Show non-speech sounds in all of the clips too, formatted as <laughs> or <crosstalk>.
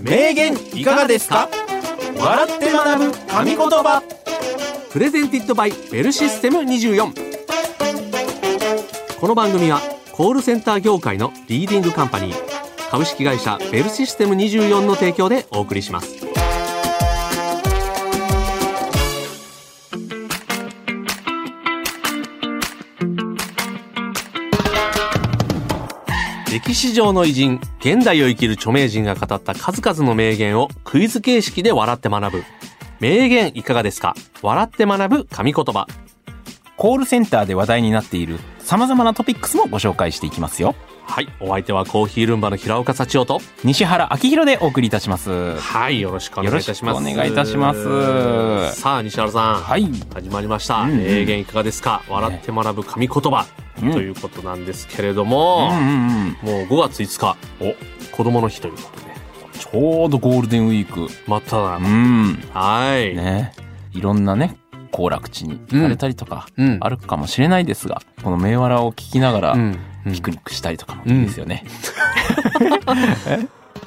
名言いかがですか笑って学ぶ神言葉プレゼンティッドバイベルシステム24この番組はコールセンター業界のリーディングカンパニー株式会社ベルシステム24の提供でお送りします歴史上の偉人、現代を生きる著名人が語った数々の名言をクイズ形式で笑って学ぶ。名言いかがですか笑って学ぶ神言葉。コールセンターで話題になっている様々なトピックスもご紹介していきますよ。はい。お相手はコーヒールンバの平岡幸男と。西原明宏でお送りいたします。はい。よろしくお願いいたします。よろしくお願いいたしますさあ、西原さん。はい。始まりました。うんうん名言いかがですか笑って学ぶ神言葉。うんということなんですけれどうも、んうんうん。もう5月5日、お、子供の日ということで。ちょうどゴールデンウィーク。まただうな。ん。はい。ね。いろんなね、行楽地に行かれたりとか、うんあるかもしれないですが、この銘柄を聞きながら、うん。うんピクニックしたりとかもいいですよね。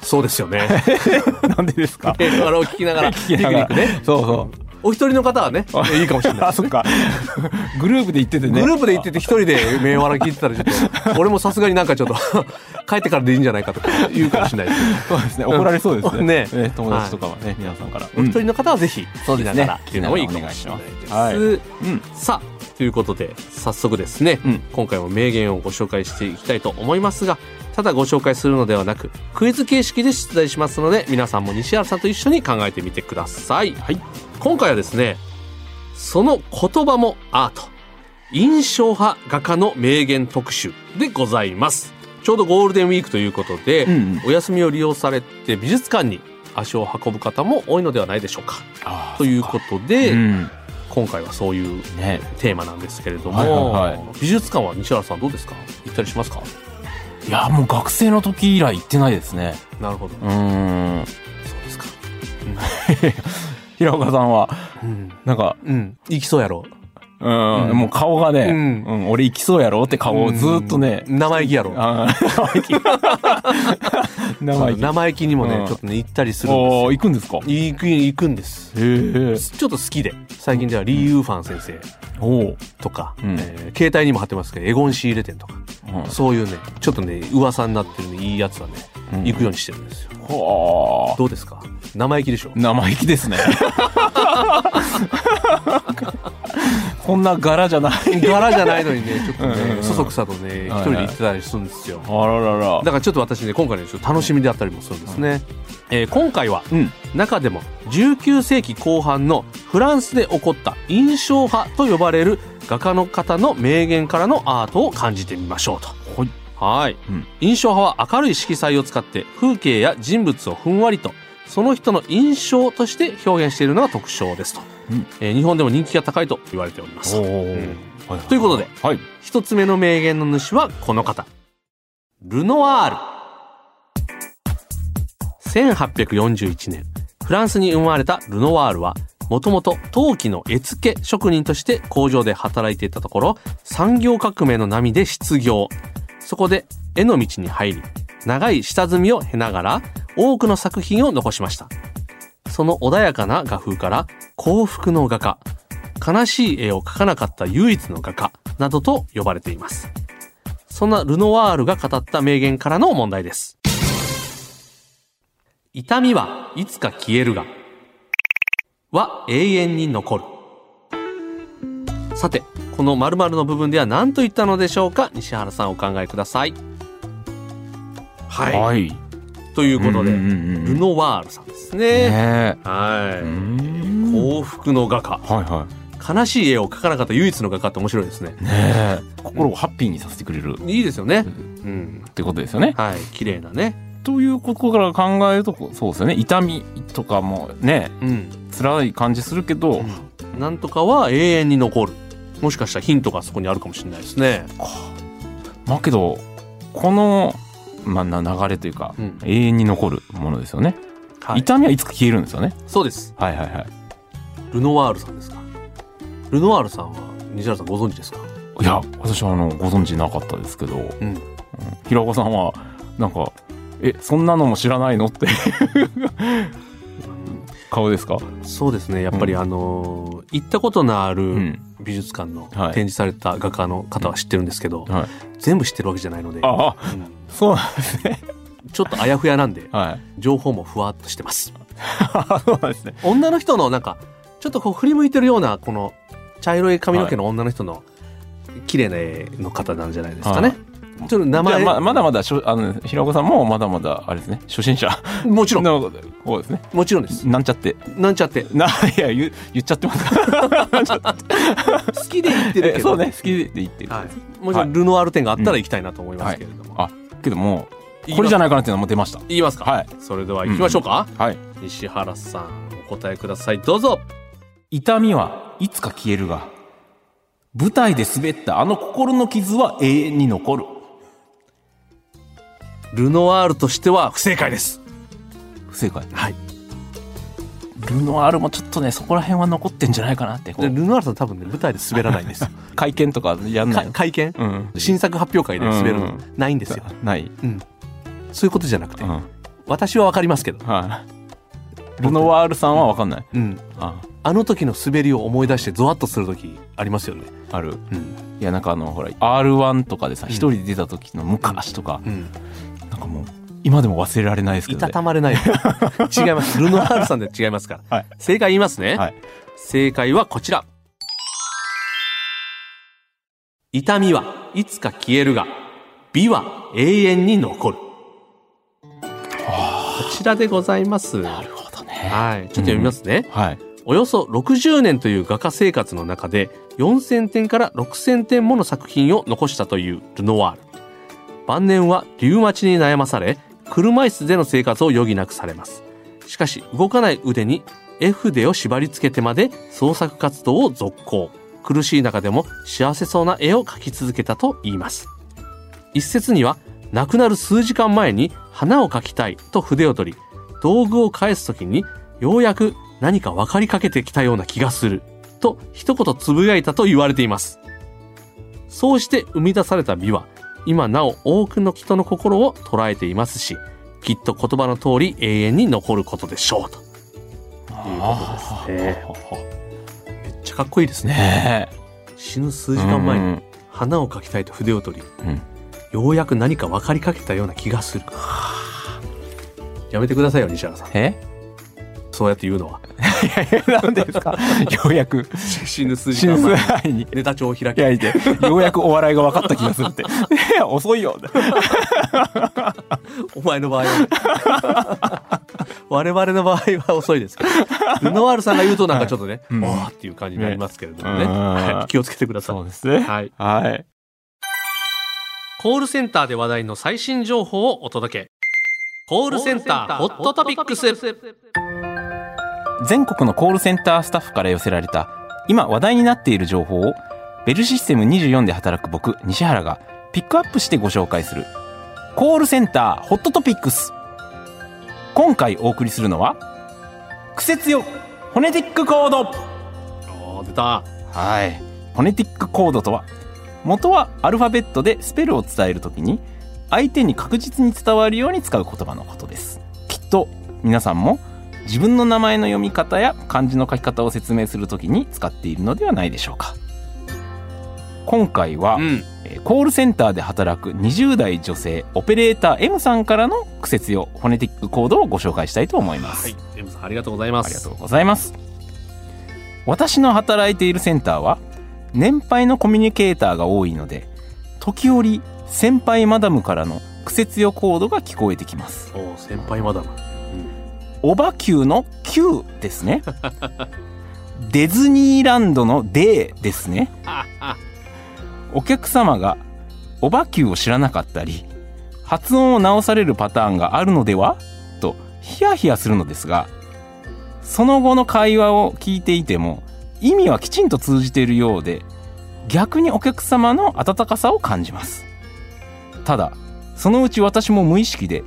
そうですよね。 <laughs> なんでですかえーあれを聞きながら、ピクニながッらクね。そうそお一人の方はね、いいかもしれう。ない。あ、そっか。 <laughs> グループで行っててグね。ループで行ってて一人 <laughs> で銘柄聞いてたらちょっと、俺もさすがになんかちょっと、 <laughs> 帰ってからでいいんじゃないかとか言うかもしれないですけそうですね。怒られそうですね。ねえ友達とかはね、皆さんから。どお一人の方はぜひ、そう聞きでなすねがらっていうのもいいかもしれない聞きながらお願です。うん。さあ、ということで、早速ですね、うん今回も名言をご紹介していきたいと思いますが、ただご紹介するのではなく、クイズ形式で出題しますので、皆さんも西原さんと一緒に考えてみてください。はい。今回はですねその言葉もアート印象派画家の名言特集でございますちょうどゴールデンウィークということで、うんうんお休みを利用されて美術館に足を運ぶ方も多いのではないでしょうかあーということで、うん。今回はそういうね。テーマなんですけれども、はいはいは美術館は西原さんどうですか行ったりしますかいや、もう学生の時以来行ってないですね。なるほどうーん。そうですか平岡さんは、うん、なんか、うん、行きそうやろうん、うんもう顔がね、うんうん俺行きそうやろって顔をずーっとね、うん生意気やろあ <laughs> ー生意気。生意気。生意気にもね、うんちょっとね行ったりするんですよおー行くんですかへ行く行くんですえ。ちょっと好きで最近ではリー・ユーファン先生おーとか、うんえー携帯にも貼ってますけどエゴン・シーレ店とかうんそういうねちょっとね噂になってるねいいやつはね、うん行くようにしてるんですよほーどうですか生意気でしょ生意気です <laughs> ね。こんな柄じゃない。柄じゃないのにねちょっとね、 <laughs> うんうんうんそそくさとね一はいはい人で行ってたりするんですよ、あららら。だからちょっと私ね今回ねちょっと楽しみであったりもするんですね、えー今回はうん。中でも19世紀後半のフランスで起こった印象派と呼ばれる画家の方の名言からのアートを感じてみましょうと。はい。はい。うん印象派は明るい色彩を使って風景や人物をふんわりとその人の印象として表現しているのが特徴ですと、うんえー日本でも人気が高いと言われております。うんはいはいということではい。一つ目の名言の主はこの方。ルノワール。1841年、フランスに生まれたルノワールは、もともと陶器の絵付け職人として工場で働いていたところ、産業革命の波で失業。そこで絵の道に入り、長い下積みを経ながら、多くの作品を残しました。その穏やかな画風から、幸福の画家、悲しい絵を描かなかった唯一の画家などと呼ばれています。そんなルノワールが語った名言からの問題です。痛みはいつか消えるが、は永遠に残る。さて、この〇〇の部分では何と言ったのでしょうか西原さんお考えください。はい。はい。ということで、うんうんうんうんルノワールさんですねね。え。はうーい。ん幸福の画家。はいは悲しい絵を描かなかった唯一の画家って面白いですね。い。ねえ。心をハッピーにさせてくれるっいいですよね。ううん。てことですよね。はい。綺麗なね。ということから考えると、そうですよね。痛みとかもね、うん。辛い感じするけど、なんとかは永遠に残る。もしかしたらヒントがそこにあるかもしれないですね。まあけど、この、まあ、な流れというか、うん永遠に残るものですよね、はい。痛みはいつか消えるんですよね。そうです。はいはいはい。ルノワールさんですか。ルノワールさんは、西原さんご存知ですかいや、私はあの、ご存知なかったですけど、うん。平岡さんは、なんか、えそんなのも知らないのって <laughs> 顔ですかそうですねやっぱり、うあの行ったことのあうるん美術館のはい展示された画家の方は知ってるんですけど、はい全部知ってるわけじゃないので、ああうんそうなんですねちょっとあやふやなんではい情報もふわっとしてますそうなんですね女の人のなんかちょっとこう振り向いてるようなこの茶色い髪の毛の女の人の綺麗な絵の方なんじゃないですかね、はちょっと名じゃあ前、ままだまだしょあの平子さんもまだまだあれですね初 <laughs> 心者もちろんの方ですねもちろんですなんちゃってなんちゃってな <laughs> いや言う言っちゃってますか好きで言ってるけらど <laughs> そうね好きで言ってる、はい、もちろんルノワール展があったら行きたいなと思いますけれども、あけどもうこれじゃないかなっていうのも出ました言いますか、はいそれでは行きましょうか、はい西原さんお答えくださいどうぞ痛みはいつか消えるが舞台で滑ったあの心の傷は永遠に残るルノワールとしては不正解です不正解はいルノアールもちょっとねそこら辺は残ってんじゃないかなってこでうルノワールさん多分ね舞台で滑らないんですよ会見とかやんなかいの会見、うん新作発表会で滑るの、うんないんですよない、そういうことじゃなくて、うん私はわかりますけど、はい、ルノワールさんは分かんないうん、ああの時の滑りを思い出してゾワッとする時ありますよね、あるうんいやなんかあのほら R1 とかでさ一、人で出た時の昔とか、うん、なんかもう今でも忘れられないですけいど、たたまれない違いますルノワールさんで違いますから、はい正解言いますね、はい正解はこちら痛みはいつか消えるが美は永遠に残るこちらでございますなはるほどいねちょっと読みますね、はいおよそ60年という画家生活の中で4000点から6000点もの作品を残したというルノワール晩年はリウマチに悩まされ車椅子での生活を余儀なくされますしかし動かない腕に絵筆を縛り付けてまで創作活動を続行苦しい中でも幸せそうな絵を描き続けたと言います一説には亡くなる数時間前に花を描きたいと筆を取り道具を返す時にようやく何か分かりかけてきたような気がすると一言つぶやいたと言われていますそうして生み出された美は今なお多くの人の心を捉えていますしきっと言葉の通り永遠に残ることでしょうとあというこめっちゃかっこいいですねねえ死ぬ数時間前うにん花を描きたいと筆を取りうんようやく何か分かりかけたような気がするやめてくださいよ西原さんえそうやって言うのはなんでですか <laughs> ようやく <laughs> <laughs> 死ぬ数時新間前に世代にネタ帳を開き開いてようやくお笑いが分かった気がするって <laughs> いや遅いよお前の場合は我々の場合は遅いですけど、ルノワールさんが言うとなんかちょっとね、うんおーっていう感じになりますけれどもねね。うんはい気をつけてくださそうい。ですねはい。はいコールセンターで話題の最新情報をお届け。コールセンターホットトピックス。全国のコールセンタースタッフから寄せられた今話題になっている情報をベルシステム24で働く僕西原がピックアップしてご紹介するコールセンターホットトピックス今回お送りするのはクセ強ホネティックコードおー出た。はい。フォネティックコードとは、元はアルファベットでスペルを伝えるときに、相手に確実に伝わるように使う言葉のことです。きっと、皆さんも、自分の名前の読み方や漢字の書き方を説明するときに使っているのではないでしょうか。今回は、うん。えーコールセンターで働く20代女性オペレーター M さんからの苦節用フォネティックコードをご紹介したいと思います。はい。エムさんありがとうございまありがす。とうございます。私の働いているセンターは、年配のコミュニケーターが多いので、時折、先輩マダムからの苦節用コードが聞こえてきます。おー先輩マダム。オバキューの Q ですね。 <laughs> ディズニーランドの D ですね。ああお客様がオバキューを知らなかったり発音を直されるパターンがあるのではとヒヤヒヤするのですがその後の会話を聞いていても意味はきちんと通じているようで逆にお客様の温かさを感じますただそのうち私も無意識で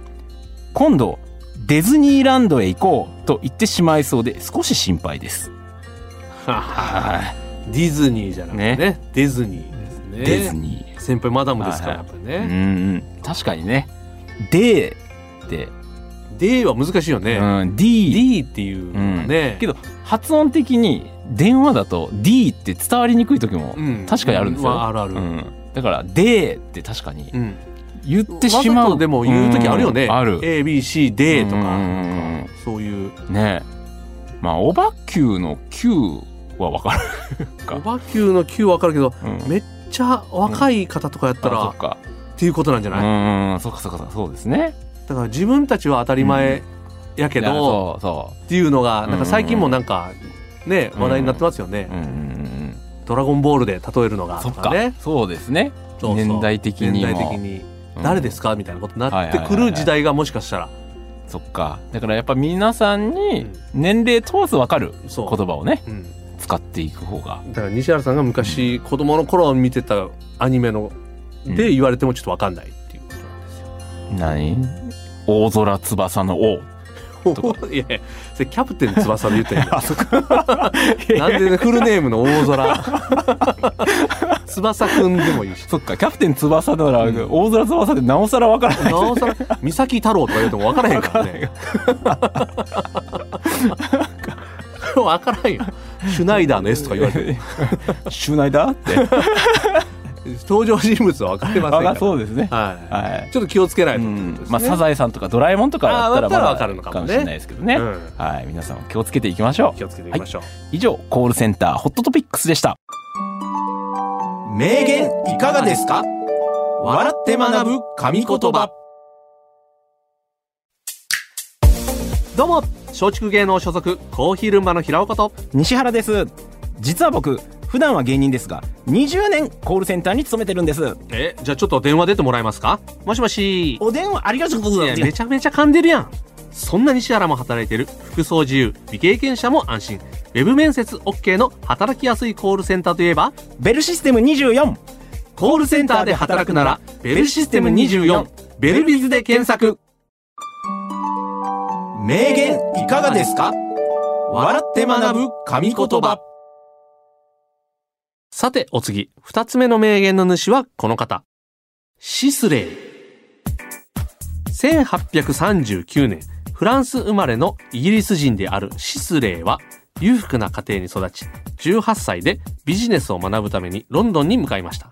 今度ディズニーランドへ行こうと言ってしまいそうで少し心配ですははディズニーじゃなくてね。ディズニーデでィすズね。ニー先輩マダムですから、やはっぱりうね。んうん確かにね「で」って、 D は難しいよね。うん D, D っていうのがね。けど発音的に電話だと D って伝わりにくい時もうん確かにあるんですよ、まあ、あるある。うんだから「で」って確かにうん言ってしまわざうとでも言う時あるよね。うんある A、B、C、D とか、うんなんかそういう。ねまあおばきゅうの「きゅう」は分かるかおばきゅうの Q わかるけど、うんめっちゃ若い方とかやったら、あそっっかていうことなんじゃうない、んうんそっかそっかそっかそうですねだから自分たちは当たり前やけいやど、そうそっていうのが、なんか最近もうんなんか、ね、うん話題になってますよねう、うんうんうんドラゴンボールで例えるのうがんそとっかかね。そうですねそうそう年代的にも年代的に誰ですかかみたいなことにはないっはいてはいくる時代がもしかしたら、そっかだからやっぱ皆さんにうん年齢問わず分かるそ言う葉をねうん、使っていく方がだから西原さんが昔、子供の頃見てたアニメのうでん言われてもちょっとわかんないっていうことなんですよ。何大空翼の王 <laughs> いやいやそれキャプテン翼で言ってん <laughs> だあそっかなんでねフルネームの大空翼くんでもいいしそっかキャプテン翼なら、うん大空翼でなおさらわからな <laughs> いなおさら「三崎太郎」とか言うても分からへんからね分からんよシュナイダーの S とか言われてて <laughs> シュナイダーって登場人物は分かりませんかあらそうですねはいはいちょっと気をつけないとうってことんですね、まあ、サザエさんとかドラえもんとかだったらあーだっまたらだわかるのかもねかもしれないですけどね、うんはい皆さんも気をつけていきましょう気をつけていきましょう、以上コールセンターホットトピックスでした名言いかがですか笑って学ぶ神言葉どうも松竹芸能所属コーヒールンバの平岡と西原です実は僕普段は芸人ですが20年コールセンターに勤めてるんですえじゃあちょっと電話出てもらえますかもしもしお電話ありがとうごいやめちゃめちゃ噛んでるやんそんな西原も働いてる服装自由未経験者も安心ウェブ面接 OK の働きやすいコールセンターといえばベルシステム24コールセンターで働くならベルシステム24ベルビズで検索名言いかがですか笑って学ぶ神言葉さてお次二つ目の名言の主はこの方シスレイ1839年フランス生まれのイギリス人であるシスレイは裕福な家庭に育ち18歳でビジネスを学ぶためにロンドンに向かいました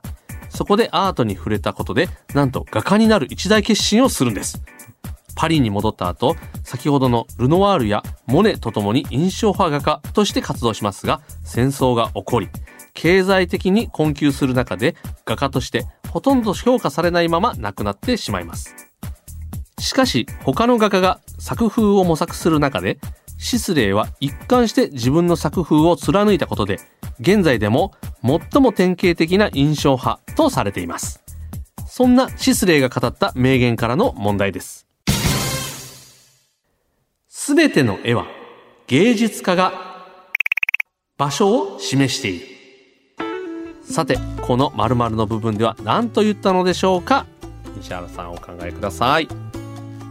そこでアートに触れたことでなんと画家になる一大決心をするんですパリに戻った後、先ほどのルノワールやモネと共に印象派画家として活動しますが、戦争が起こり、経済的に困窮する中で画家としてほとんど評価されないまま亡くなってしまいます。しかし、他の画家が作風を模索する中で、シスレイは一貫して自分の作風を貫いたことで、現在でも最も典型的な印象派とされています。そんなシスレイが語った名言からの問題です。すべての絵は芸術家が場所を示している。さて、この〇〇の部分では何と言ったのでしょうか西原さんお考えください。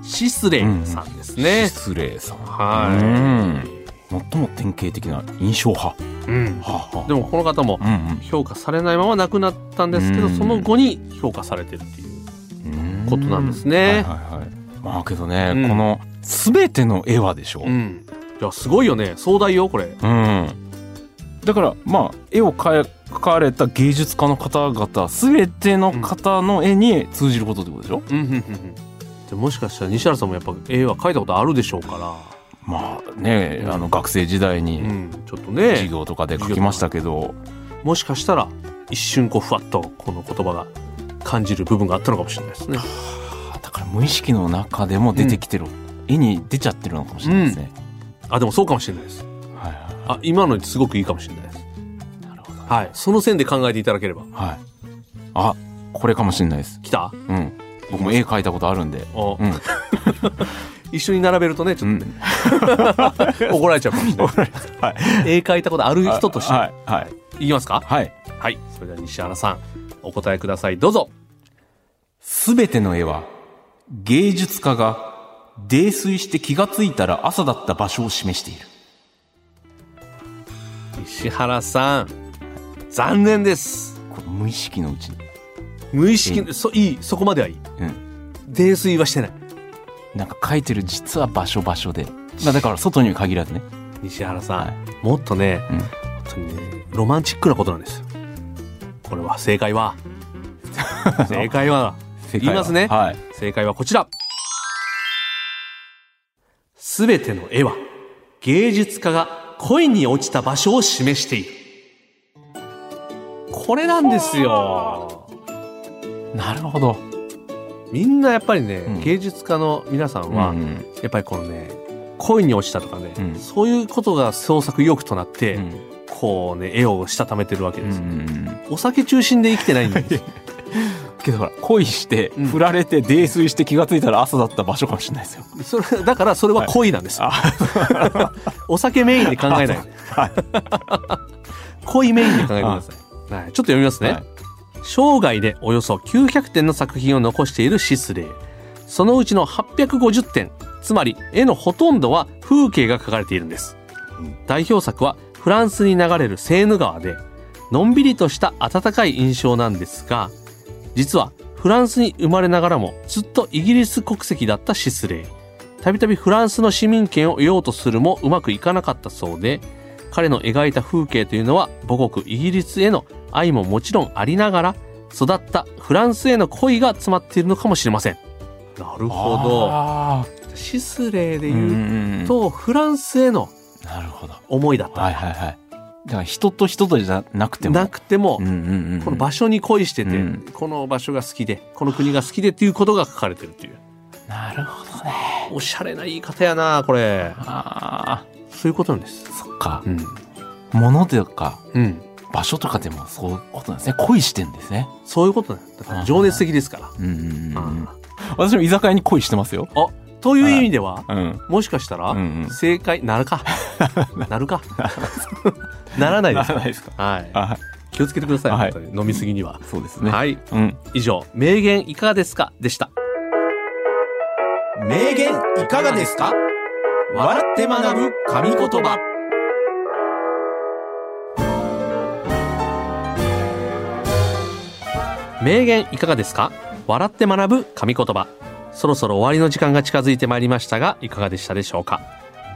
シスレイさんですね。失礼さんはうん最も典型的な印象派うん。はあはあでもこの方もうん評価されないまま亡くなったんですけど、うんその後に評価されてるっていう。うんことなんですねはいはいはいまあけどね、うんこの全ての絵はでしょ、うん。いや、すごいよね。壮大よ、これ。うんだからまあ絵を描かれた芸術家の方々全ての方の絵に通じることってことでしょ、うん、うん、うん。でもしかしたら西原さんもやっぱ絵は描いたことあるでしょうから。まあねあの学生時代うにん、ちょっと授ね業とかで描きましたけど、もしかしたら一瞬こうふわっとこの言葉が感じる部分があったのかもしれないですね。あだから無意識の中でも出てきてる、絵に出ちゃってるのかもしれないですね、あでもそうかもしれないです。はいはいあ今のすごくいいかもしれないです。なるほどねはいその線で考えていただければはいあこれかもしれないです来た。うん僕も絵描いたことあるんで <laughs> おうん一緒に並べるとねちょっとね、 <laughs> 怒られちゃうかもしれない。 <laughs> はい絵描いたことある人として、はいはいい、きますか。はいはいそれでは西原さんお答えくださいどうぞ。すべての絵は芸術家が泥酔して気がついたら朝だった場所を示している西原さん残念です。これ無意識のうちに、無意識、そいいそこまではいい。うん、泥酔はしてない。なんか書いてる実は場所場所で、まあ、だから外には限らずね西原さん、はいもっとね、うん本当にねロマンチックなことなんですよこれは正解 <laughs> は正解は世界は言いますねはい正解はこちらすべての絵は芸術家が恋に落ちた場所を示しているこれなんですよなるほど、みんなやっぱりね、ん芸術家の皆さんは、うんやっぱりこのね恋に落ちたとかね、うんそういうことが創作意欲となって、うんこうね絵をしたためてるわけうです、ん、お酒中心で生きてないんですよけどほら恋して、うん振られて泥酔して気がついたら朝だった場所かもしれないですよそれだからそれは恋なんですよ、 <laughs> お酒メインで考えない恋メインで考えてください、はい、ちょっと読みますね、はい生涯でおよそ900点の作品を残しているシスレーそのうちの850点つまり絵のほとんどは風景が描かれているんです、代表作はフランスに流れるセーヌ川でのんびりとした温かい印象なんですが実はフランスに生まれながらもずっとイギリス国籍だったシスレーたびたびフランスの市民権を得ようとするもうまくいかなかったそうで彼の描いた風景というのは母国イギリスへの愛ももちろんありながら育ったフランスへの恋が詰まっているのかもしれませんなるほあどシスレーでー言ううんとフランスへのなるほど思いだった、はいはいはいだから人と人とじゃなくてもなくても、うんうんうん、この場所に恋してて、うんこの場所が好きでこの国が好きでっていうことが書かれてるっていうなるほどねおしゃれな言い方やなこれあそういうことなんですーそっかうん物というかうん場所とかでもそういうことなんですね恋してんですねそういうことなんですだから情熱的ですからうんうんうんうんあ私も居酒屋に恋してますよーという意味ではうんもしかしたら、うんうん正解なる <laughs> かなるかならないですならないですかはい、あ気をつけてください、はい本当に飲みすぎには、そうですねはいうん以上名言いかがですかでした名言いかがですか笑って学ぶ神言葉名言いかがですか笑って学ぶ神言葉そろそろ終わりの時間が近づいてまいりましたがいかがでしたでしょうか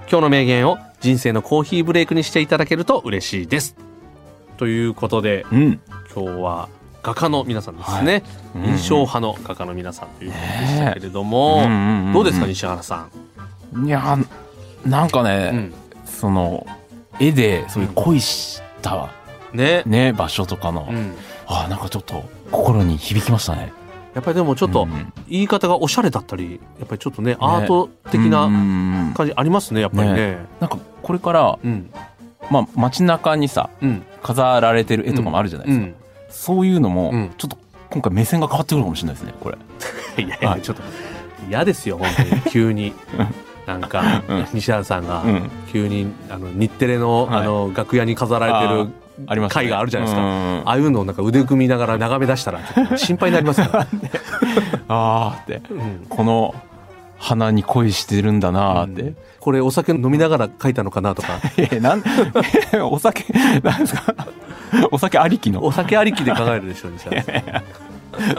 今日の名言を人生のコーヒーブレイクにしていただけると嬉しいですということでうん今日は画家の皆さんですね、うん印象派の画家の皆さんということでしたけれども、うんうんうんうんどうですか西原さん、いやーなんかね、うんその絵でそういう恋したね、ね場所とかの、うん、あなんかちょっと心に響きましたねやっぱりでもちょっとうんうん言い方がおしゃれだったりやっぱりちょっとねアート的うんなうんうん感じありますねやっぱりねなんかこれから、うんまあ、街中にさうん飾られてる絵とかもあるじゃないですか、うんそういうのも、うんちょっと今回目線が変わってくるかもしれないですねこれいやいやちょっと嫌ですよ本当に急 <laughs> になんか、うん西原さんがうん急にあの日テレの,、はいあの楽屋に飾られてありるましたね絵があるじゃないですかうんああいうのをなんか腕組みながら眺め出したらちょっと心配になりますから、 <laughs> あーってうんこの花に恋してるんだ <laughs> なーって、うんこれお酒飲みながら描いたのかなとか <laughs> えなんお酒なんですか <laughs> お酒ありき <laughs> のお酒ありきで考えるでしょう西原さ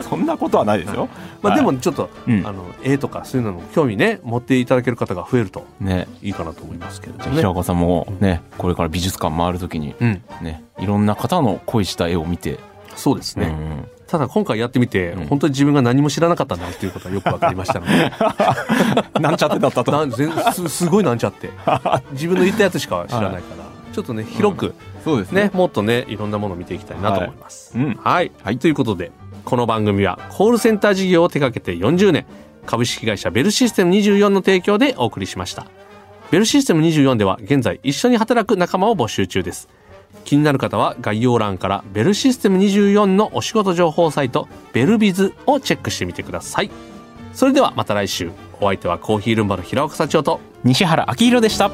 ん、そんなことはないですよ、まあ、ではもちょっと、うんあの絵とかそういうのも興味ね持っていただける方が増えるといねいいかなと思いますけれどじゃあもね平岡さんもねこれから美術館回るときにうん、ねいろんな方の恋した絵を見てそうですね、うんただ今回やってみて、本当に自分が何も知らなかったんだなっていうことがよく分かりましたので <laughs> なんちゃってだったとなん全すすごいなんちゃって自分の言ったやつしか知らないから、ちょっとね広く、そうですね、もっとねいろんなものを見ていきたいなと思います。はいうんはい、ということでこの番組はコールセンター事業を手掛けて40年株式会社ベルシステム24の提供でお送りしました。ベルシステム24では現在一緒に働く仲間を募集中です。気になる方は概要欄からベルシステム24のお仕事情報サイトベルビズをチェックしてみてください。それではまた来週。お相手はコーヒールンバの平岡社長と西原明宏でした